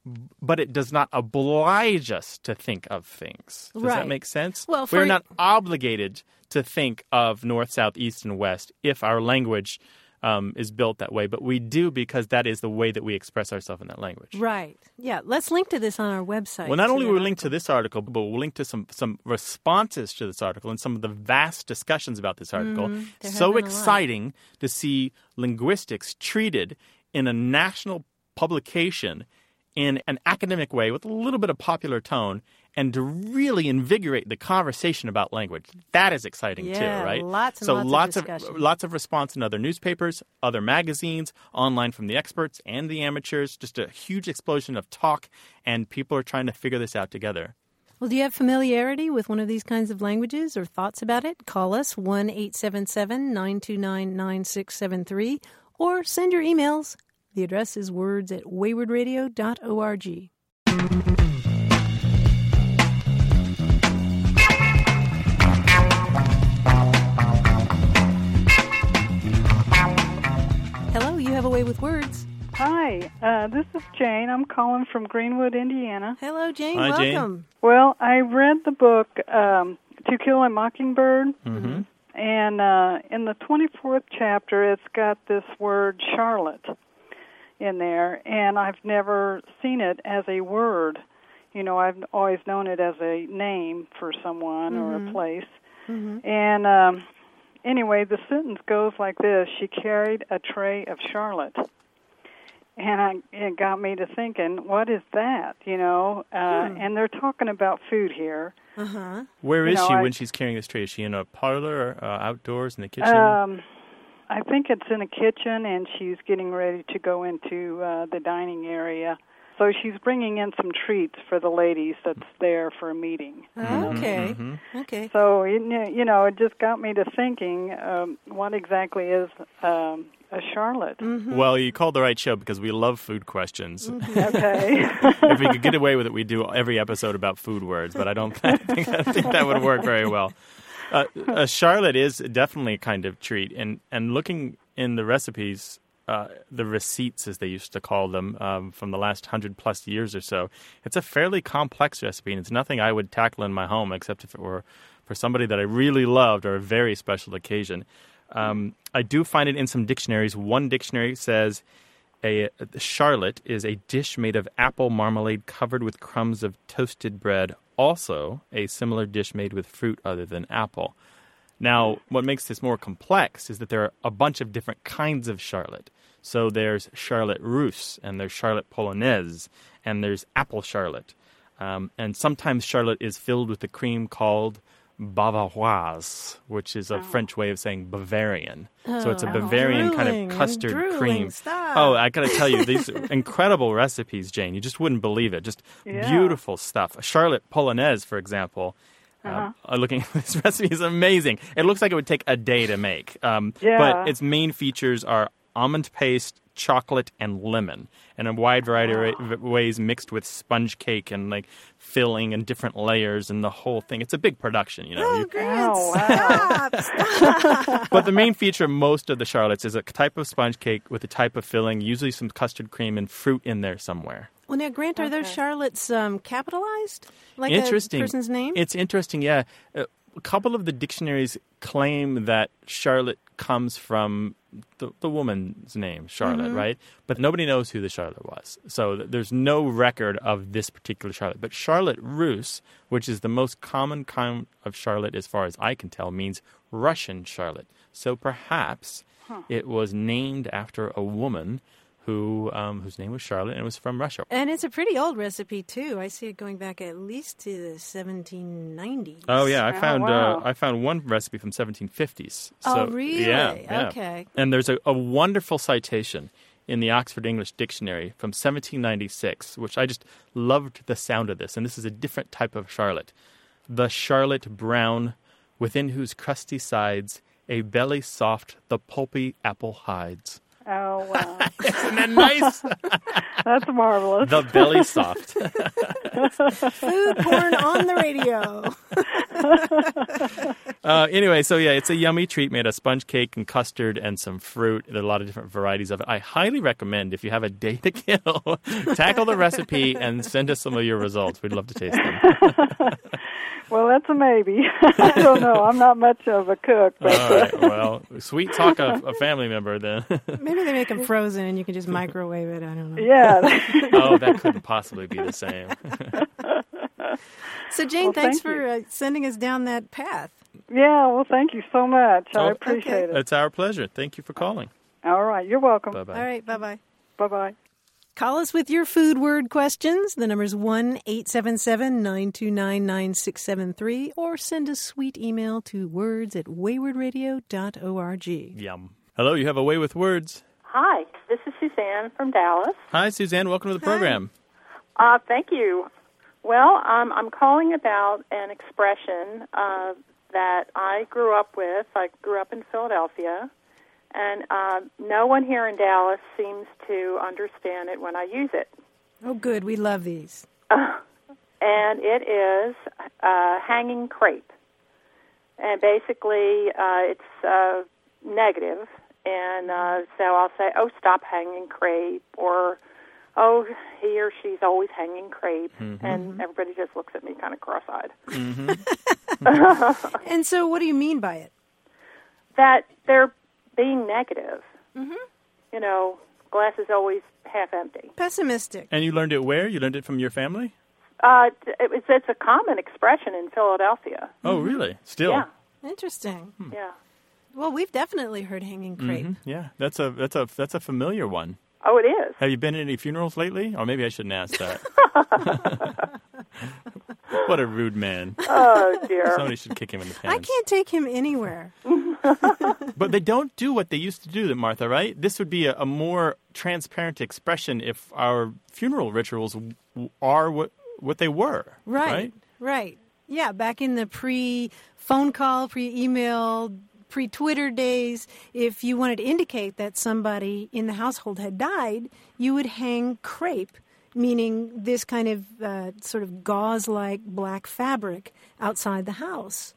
A: but it does not oblige us to think of things. Does that
B: Right.
A: make sense?
B: Well,
A: we're
B: for-
A: not obligated to think of north, south, east, and west if our language um, is built that way, but we do because that is the way that we express ourselves in that language.
B: Right. Yeah. Let's link to this on our website.
A: Well, not only
B: So
A: will we link to this article, but we'll link to some, some responses to this article and some of the vast discussions about this article.
B: Mm, there have
A: so
B: been a lot.
A: exciting to see linguistics treated in a national publication in an academic way with a little bit of popular tone and to really invigorate the conversation about language. That is exciting
B: Yeah,
A: too, right?
B: lots and
A: so
B: lots of
A: lots of
B: discussion.
A: lots of response in other newspapers, other magazines, online from the experts and the amateurs. Just a huge explosion of talk, and people are trying to figure this out together.
B: Well, do you have familiarity with one of these kinds of languages or thoughts about it? Call us 1 877 929 9673 or send your emails. The address is words at waywardradio.org. Hello, you have a way with words.
F: Hi, uh, this is Jane. I'm calling from Greenwood, Indiana.
B: Hello, Jane.
A: Hi, Jane.
B: Welcome.
F: Well, I read the book um, To Kill a Mockingbird,
A: Mm-hmm.
F: and uh, in the 24th chapter, it's got this word Charlotte in there, and I've never seen it as a word. You know, I've always known it as a name for someone
B: Mm-hmm.
F: or a place.
L: Mm-hmm.
F: And um, anyway, the sentence goes like this She carried a tray of Charlotte. And I, it got me to thinking, what is that? You know, uh, and they're talking about food here.
B: Uh huh.
A: Where
F: You
A: is
F: know,
A: she
F: I-
A: when she's carrying this tray? Is she in a parlor, or, uh, outdoors, in the kitchen?
B: Uh,
F: Um, I think it's in a kitchen, and she's getting ready to go into uh, the dining area. So she's bringing in some treats for the ladies that's there for a meeting.
A: Mm-hmm,
B: Okay. Okay.
F: So you kn- you know, it just got me to thinking, um, what exactly is um, a Charlotte?
B: hmm.
A: Well, you called the right show because we love food questions.
B: Mm-hmm,
F: Okay.
A: [laughs] if we could get away with it, we'd do every episode about food words, but I don't [laughs] I think, I think that would work very well. Uh, uh, Charlotte is definitely a kind of treat, and, and looking in the recipes, uh, the receipts, as they used to call them, um, from the last hundred plus years or so, it's a fairly complex recipe, and it's nothing I would tackle in my home except if it were for somebody that I really loved or a very special occasion. Um, I do find it in some dictionaries. One dictionary says a charlotte is a dish made of apple marmalade covered with crumbs of toasted bread. Also, a similar dish made with fruit other than apple. Now, what makes this more complex is that there are a bunch of different kinds of Charlotte. So there's Charlotte Russe, and there's Charlotte Polonaise, and there's Apple Charlotte. Um, and sometimes Charlotte is filled with a cream called Bavaroise, which is a French way of saying Bavarian. so it's a Bavarian kind
B: Oh, drooling,
A: of
B: I'm
A: custard
B: drooling,
A: cream.
B: stop.
A: Oh, I gotta tell you,
F: [laughs]
A: these incredible recipes, Jane. You just wouldn't believe it. Just beautiful stuff. Charlotte Polonaise, for example.
F: Uh-huh.
A: um, uh, looking at [laughs] this recipe is amazing. It looks like it would take a day to make. Um,
F: Yeah.
A: But its main features are almond paste, chocolate, and lemon, and a wide variety of wa- ways mixed with sponge cake and like filling and different layers and the whole thing. It's a big production, you know. You-
F: Oh, wow.
A: but the main feature of most of the Charlottes is a type of sponge cake with a type of filling, usually some custard cream and fruit in there somewhere.
B: Well, now, Grant, are those Charlottes um, capitalized? Like
A: interesting.
B: a person's name?
A: It's interesting, yeah. Uh, A couple of the dictionaries claim that Charlotte comes from the, the woman's name, Charlotte,
B: Mm-hmm.
A: right? But nobody knows who the Charlotte was. So th- there's no record of this particular Charlotte. But Charlotte Russe, which is the most common kind of Charlotte as far as I can tell, means Russian Charlotte. So perhaps it was named after a woman who um, whose name was Charlotte and was from Russia.
B: and it's a pretty old recipe, too. I see it going back at least to the 1790s.
A: Oh yeah, I found
F: wow.
A: uh, I found one recipe from 1750s.
B: Oh,
A: So,
B: really?
A: Yeah, yeah.
B: Okay.
A: And there's a, a wonderful citation in the Oxford English Dictionary from 1796, which I just loved the sound of this. And this is a different type of Charlotte, the Charlotte Brown, within whose crusty sides a belly soft the pulpy apple hides.
F: Oh, wow.
A: [laughs] Isn't that nice?
F: [laughs] That's marvelous.
A: the belly soft.
B: [laughs] Food porn on the radio.
A: Uh, anyway, so yeah, it's a yummy treat made of sponge cake and custard and some fruit. There are a lot of different varieties of it. I highly recommend if you have a day to kill, [laughs] tackle the recipe and send us some of your results. We'd love to taste them.
F: [laughs] Well, that's a maybe. [laughs] I don't know. I'm not much of a cook,
A: [laughs]
F: but
A: All right, well, sweet talk of a family member then.
B: Maybe they [laughs] make them frozen and you can just microwave it. I don't know. [laughs]
F: yeah.
A: [laughs] oh, that couldn't possibly be the [laughs] same.
B: So, Jane,
F: Well,
B: thanks
F: thank
B: for uh, sending us down that path.
F: Yeah, well, thank you so much.
A: Oh,
F: I appreciate it.
A: It's our pleasure. Thank you for calling.
F: All right, you're welcome.
A: Bye bye.
B: All right, bye bye.
F: Bye bye.
B: Call us with your food word questions. The number's 1 877 929 9673 or send a sweet email to words at waywardradio.org.
A: Yum. Hello, you have a way with words.
L: Hi, this is Suzanne from Dallas.
A: Hi, Suzanne. Welcome to the program.
L: Uh, thank you. Well, um, I'm calling about an expression uh, that I grew up with. I grew up in Philadelphia, and uh, no one here in Dallas seems to understand it when I use it.
B: Oh, good. We love these.
L: and it is uh, hanging crepe. And basically, uh, it's uh, negative. And uh, so I'll say, oh, stop hanging crepe, or oh, he or she's always hanging crepe.
A: Mm-hmm.
L: And everybody just looks at me kind of cross eyed.
A: Mm-hmm.
B: And [laughs] so, what do you mean by it?
L: That they're being negative. Mm-hmm. You know, glass is always half empty.
B: Pessimistic.
A: And you learned it where? You learned it from your family?
L: Uh, it, it's, it's a common expression in Philadelphia.
A: Oh, really? Still?
L: Mm-hmm. Yeah,
B: Mm-hmm. Interesting.
L: yeah.
B: Well, we've definitely heard hanging
A: Mm.
B: crepe.
A: Mm-hmm. Yeah, that's a that's a that's a familiar one.
L: Oh, it is.
A: Have you been at any funerals lately? Or maybe I shouldn't ask that.
L: [laughs]
A: what a rude man!
L: Oh, dear.
A: Somebody should kick him in the
B: I
A: pants.
B: can't take him
L: [laughs]
B: anywhere.
A: But they don't do what they used to do, that Martha. Right? This would be a, a more transparent expression if our funeral rituals w- are what what they were.
B: Right.
A: Right.
B: right. Yeah, back in the pre phone call, pre email, pre Twitter days, if you wanted to indicate that somebody in the household had died, you would hang crepe, meaning this kind of uh, sort of gauze like black fabric outside the house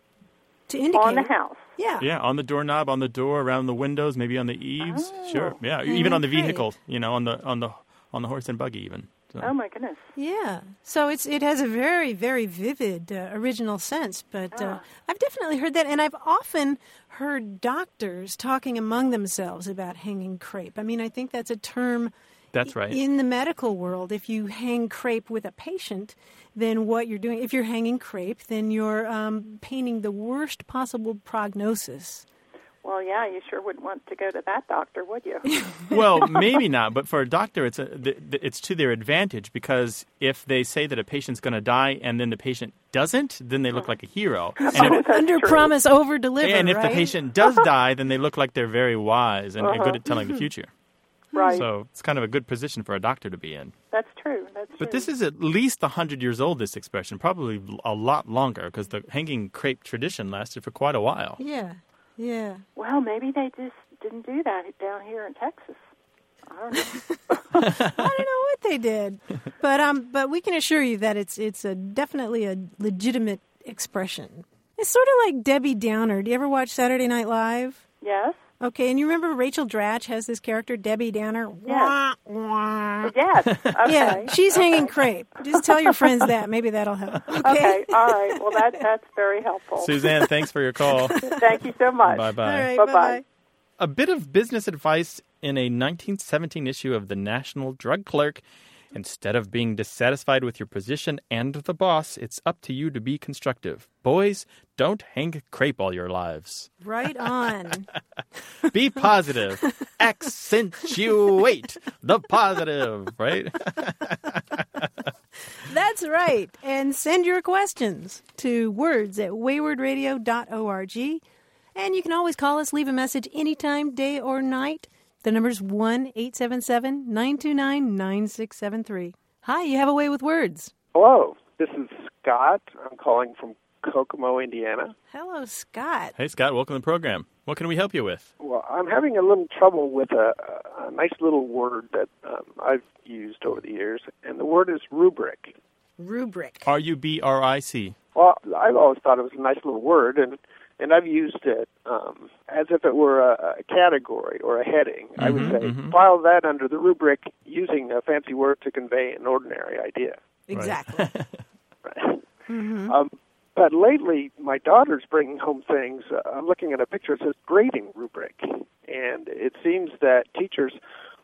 B: to indicate.
L: On the house.
B: Yeah.
A: Yeah, on the doorknob, on the door, around the windows, maybe on the eaves. Sure.
L: Oh.
A: Yeah, even on the
B: great.
A: vehicle. You know, on the on the on the horse and buggy, even. So-
L: Oh, my goodness.
B: Yeah. So it's it has a very very vivid uh, original sense, but
L: Ah.
B: uh, I've definitely heard that, and I've often heard doctors talking among themselves about hanging crepe. I mean, I think that's a term
A: That's right.
B: In the medical world, if you hang crepe with a patient, then what you're doing, if you're hanging crepe, then you're um, painting the worst possible
L: [laughs]
B: prognosis.
L: Well, yeah, you sure wouldn't want to go to that doctor, would you? [laughs]
A: well, maybe not, but for a doctor, it's a, th- th- it's to their advantage because if they say that a patient's going to die and then the patient doesn't, then they look like
B: [laughs]
A: a hero. And if,
B: Under promise, over deliver.
A: and if
B: right?
A: the patient does die, then they look like they're very wise and, and good at telling the future.
L: right.
A: So it's kind of a good position for a doctor to be in.
L: That's true. That's
A: But
L: true.
A: this is at least 100 years old, this expression, probably a lot longer because the hanging crepe tradition lasted for quite a while.
B: Yeah, yeah.
L: Well, maybe they just didn't do that down here in
B: [laughs]
L: Texas. I don't know.
B: I don't know what they did, but um, but we can assure you that it's it's a definitely a legitimate expression. It's sort of like Debbie Downer. Do you ever watch Saturday Night Live?
L: yes.
B: Okay, and you remember Rachel Dratch has this character Debbie Downer.
L: Yes.
B: Wah, wah.
L: Yes. Okay.
B: Yeah, she's hanging crepe. Just tell your friends that. Maybe that'll help. Okay.
L: Okay. All right. Well, that that's very helpful.
A: Suzanne, thanks for
L: [laughs]
A: your call.
L: Thank you so much.
A: Bye bye.
B: All right.
L: Bye-bye.
B: Bye-bye.
A: a bit of business advice in a 1917 issue of the National Drug Clerk. Instead of being dissatisfied with your position and the boss, it's up to you to be constructive. Boys, don't hang crepe all your lives.
B: Right on.
A: [laughs] Be positive. Accentuate the positive, right?
B: That's right. And send your questions to words at waywardradio.org. And you can always call us, leave a message anytime, day or night. The number's 1 877 929 9673. Hi, you have a way with words.
M: Hello, this is Scott. I'm calling from Kokomo, Indiana.
B: Hello, Scott.
A: [laughs] Hey, Scott, welcome to the program. What can we help you with?
M: Well, I'm having a little trouble with a, a nice little word that um, I've used over the years, and the word is rubric.
B: Rubric.
A: R U B R I C.
M: Well, I've always thought it was a nice little word, and and I've used it um, as if it were a, a category or a heading. I would say file that under the rubric using a fancy word to convey an ordinary idea. [laughs]
B: Exactly.
A: [laughs]
B: Mm-hmm.
M: Um, but lately, my daughter's bringing home things. Uh, I'm looking at a picture. It says grading rubric, and it seems that teachers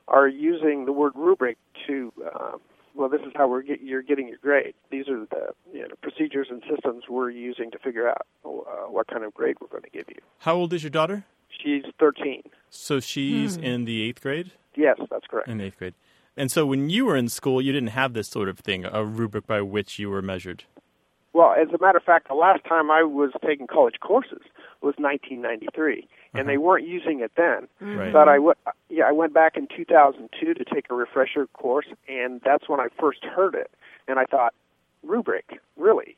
M: are using the word rubric to. Um, well, this is how we're get, you're getting your grade. These are the you know, procedures and systems we're using to figure out uh, what kind of grade we're going to give you.
A: How old is your daughter?
M: She's 13.
A: So she's in the eighth grade?
M: Yes, that's correct.
A: In eighth grade. And so when you were in school, you didn't have this sort of thing, a rubric by which you were measured.
M: Well, as a matter of fact, the last time I was taking college courses was 1993, and they weren't using it then.
A: [laughs] Right.
M: But I, w- yeah, I went back in 2002 to take a refresher course, and that's when I first heard it. And I thought, rubric, really?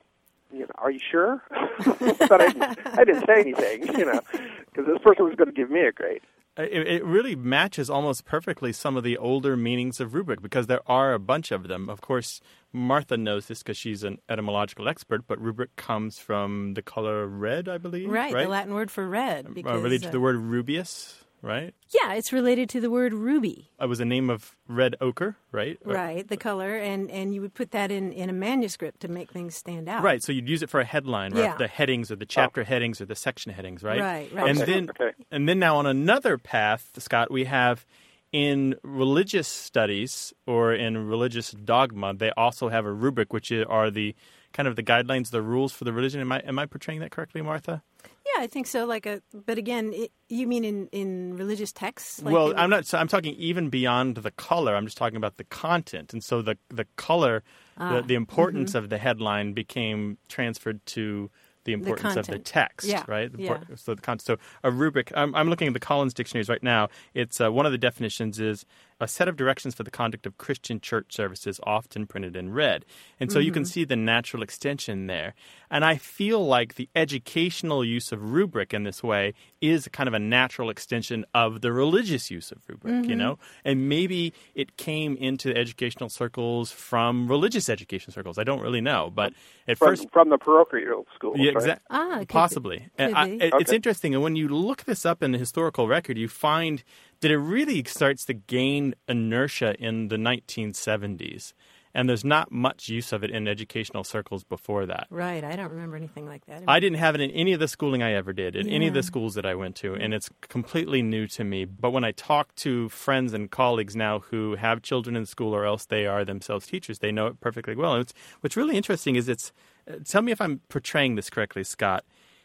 M: You know, are you sure? [laughs] but I, didn't- I didn't say anything, you know, because this person was going to give me a grade.
A: It, it really matches almost perfectly some of the older meanings of rubric because there are a bunch of them. Of course, Martha knows this because she's an etymological expert, but rubric comes from the color red, I believe.
B: Right,
A: Right,
B: the Latin word for red.
A: Uh,
B: Because,
A: related to
B: uh,
A: the word rubius, right?
B: Yeah, it's related to the word ruby,
A: It was a name of red ochre, right? Or-
B: right? The color, and, and you would put that in, in a manuscript to make things stand out.
A: Right, so you'd use it for a headline, or
B: Yeah.
A: the headings, or the chapter headings, or the section headings, right?
B: Right, right.
A: And
B: Okay,
A: then,
M: okay.
A: and then now on another path, Scott, we have in religious studies or in religious dogma, they also have a rubric, which i- are the kind of the guidelines, the rules for the religion. Am I am I portraying that correctly, Martha?
B: Yeah, I think so. Like a, but again, it, you mean in in religious texts? Like
A: well,
B: in-
A: I'm not. So I'm talking even beyond the color. I'm just talking about the content, and so the the color,
B: Ah,
A: the, the importance
B: mm-hmm.
A: of the headline became transferred to the importance of the
B: content.
A: text,
B: Yeah,
A: right? The
B: yeah.
A: import- So the con- so a rubric. I'm, I'm looking at the Collins dictionaries right now. It's uh, one of the definitions is a set of directions for the conduct of Christian church services, often printed in red, and so you can see the natural extension there. And I feel like the educational use of rubric in this way is kind of a natural extension of the religious use of rubric, you know? And maybe it came into educational circles from religious education circles. I don't really know. But at
M: From,
A: first,
M: from the parochial school.
A: yeah,
M: right?
A: exactly.
B: Ah, it could be.
A: Possibly. And
B: Could
A: I-
B: be.
A: it- It's interesting. And when you look this up in the historical record, you find that it really starts to gain inertia in the 1970s. and there's not much use of it in educational circles before that.
B: Right. I don't remember anything like that.
A: I didn't have it in any of the schooling I ever did, in any of
B: Yeah.
A: the schools that I went to, and it's completely new to me. But when I talk to friends and colleagues now who have children in school or else they are themselves teachers, they know it perfectly well. And it's, what's really interesting is it's, uh, tell me if I'm portraying this correctly, Scott.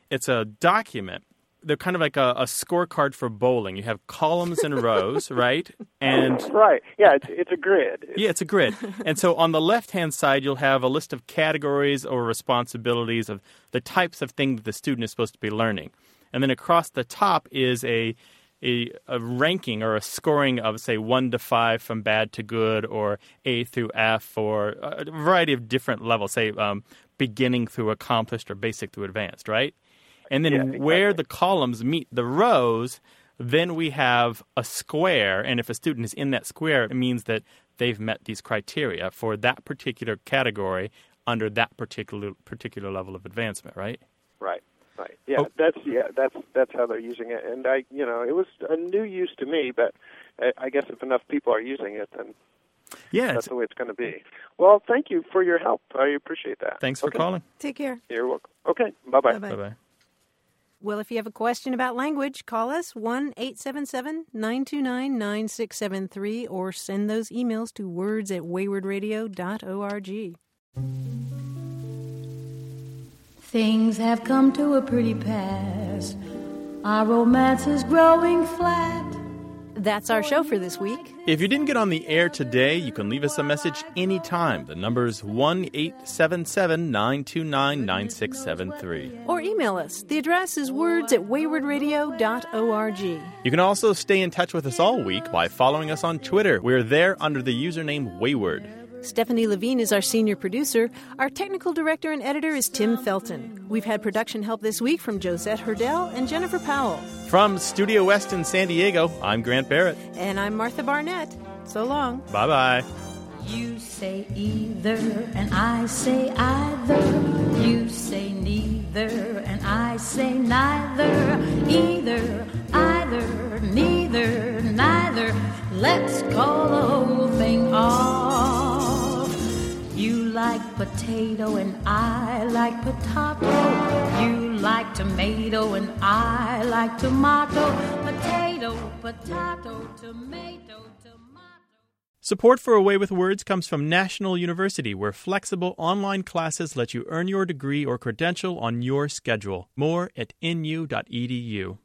A: It's a document. They're kind of like a, a scorecard for bowling. You have columns and [laughs] rows, right? And
M: right. Yeah, it's, it's a grid.
A: yeah, it's a grid. and so on the left hand side, you'll have a list of categories or responsibilities of the types of thing that the student is supposed to be learning. And then across the top is a a, a ranking or a scoring of say one to five from bad to good or A through F or a a variety of different levels, say um, beginning through accomplished or basic through advanced, right? And then where the columns meet the rows, then we have a square. And if a student is in that square, it means that they've met these criteria for that particular category under that particular particular level of advancement, right?
M: Right. Right. Yeah,
A: Oh.
M: that's yeah, that's that's how they're using it. And I, you know, it was a new use to me, but I, I guess if enough people are using it, then
A: Yeah.
M: that's the way it's going to be. Well, thank you for your help. I appreciate that.
A: Thanks for
M: Okay.
A: calling.
B: Take care.
M: You're welcome. Okay. Bye bye.
B: Bye-bye.
A: Bye bye.
B: Well, if you have a question about language, call us 1 877 929 9673 or send those emails to words at waywardradio.org.
N: Things have come to a pretty pass. Our romance is growing flat.
B: That's our show for this week.
A: If you didn't get on the air today, you can leave us a message anytime. The number is 1 877 929 9673.
B: Or email us. The address is words at waywardradio.org.
A: You can also stay in touch with us all week by following us on Twitter. We're there under the username Wayward.
B: Stephanie Levine is our senior producer. Our technical director and editor is Tim Felton. We've had production help this week from Josette Hurdell and Jennifer Powell.
A: From Studio West in San Diego, I'm Grant Barrett.
B: And I'm Martha Barnett. So long.
A: Bye bye.
N: You say either, and I say either. You say neither, and I say neither. Either, either, neither, neither. Let's call the whole thing off. You like potato, and I like potato. You like tomato, and I like tomato. Potato, potato, tomato, tomato.
A: Support for Away with Words comes from National University, where flexible online classes let you earn your degree or credential on your schedule. More at E nu.edu.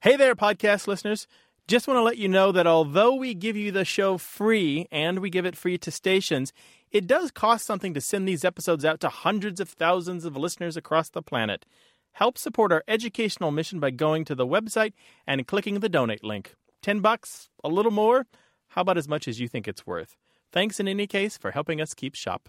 A: Hey there, podcast listeners. Just want to let you know that although we give you the show free and we give it free to stations, it does cost something to send these episodes out to hundreds of thousands of listeners across the planet. Help support our educational mission by going to the website and clicking the donate link. 10 bucks, a little more, how about as much as you think it's worth? Thanks in any case for helping us keep shop.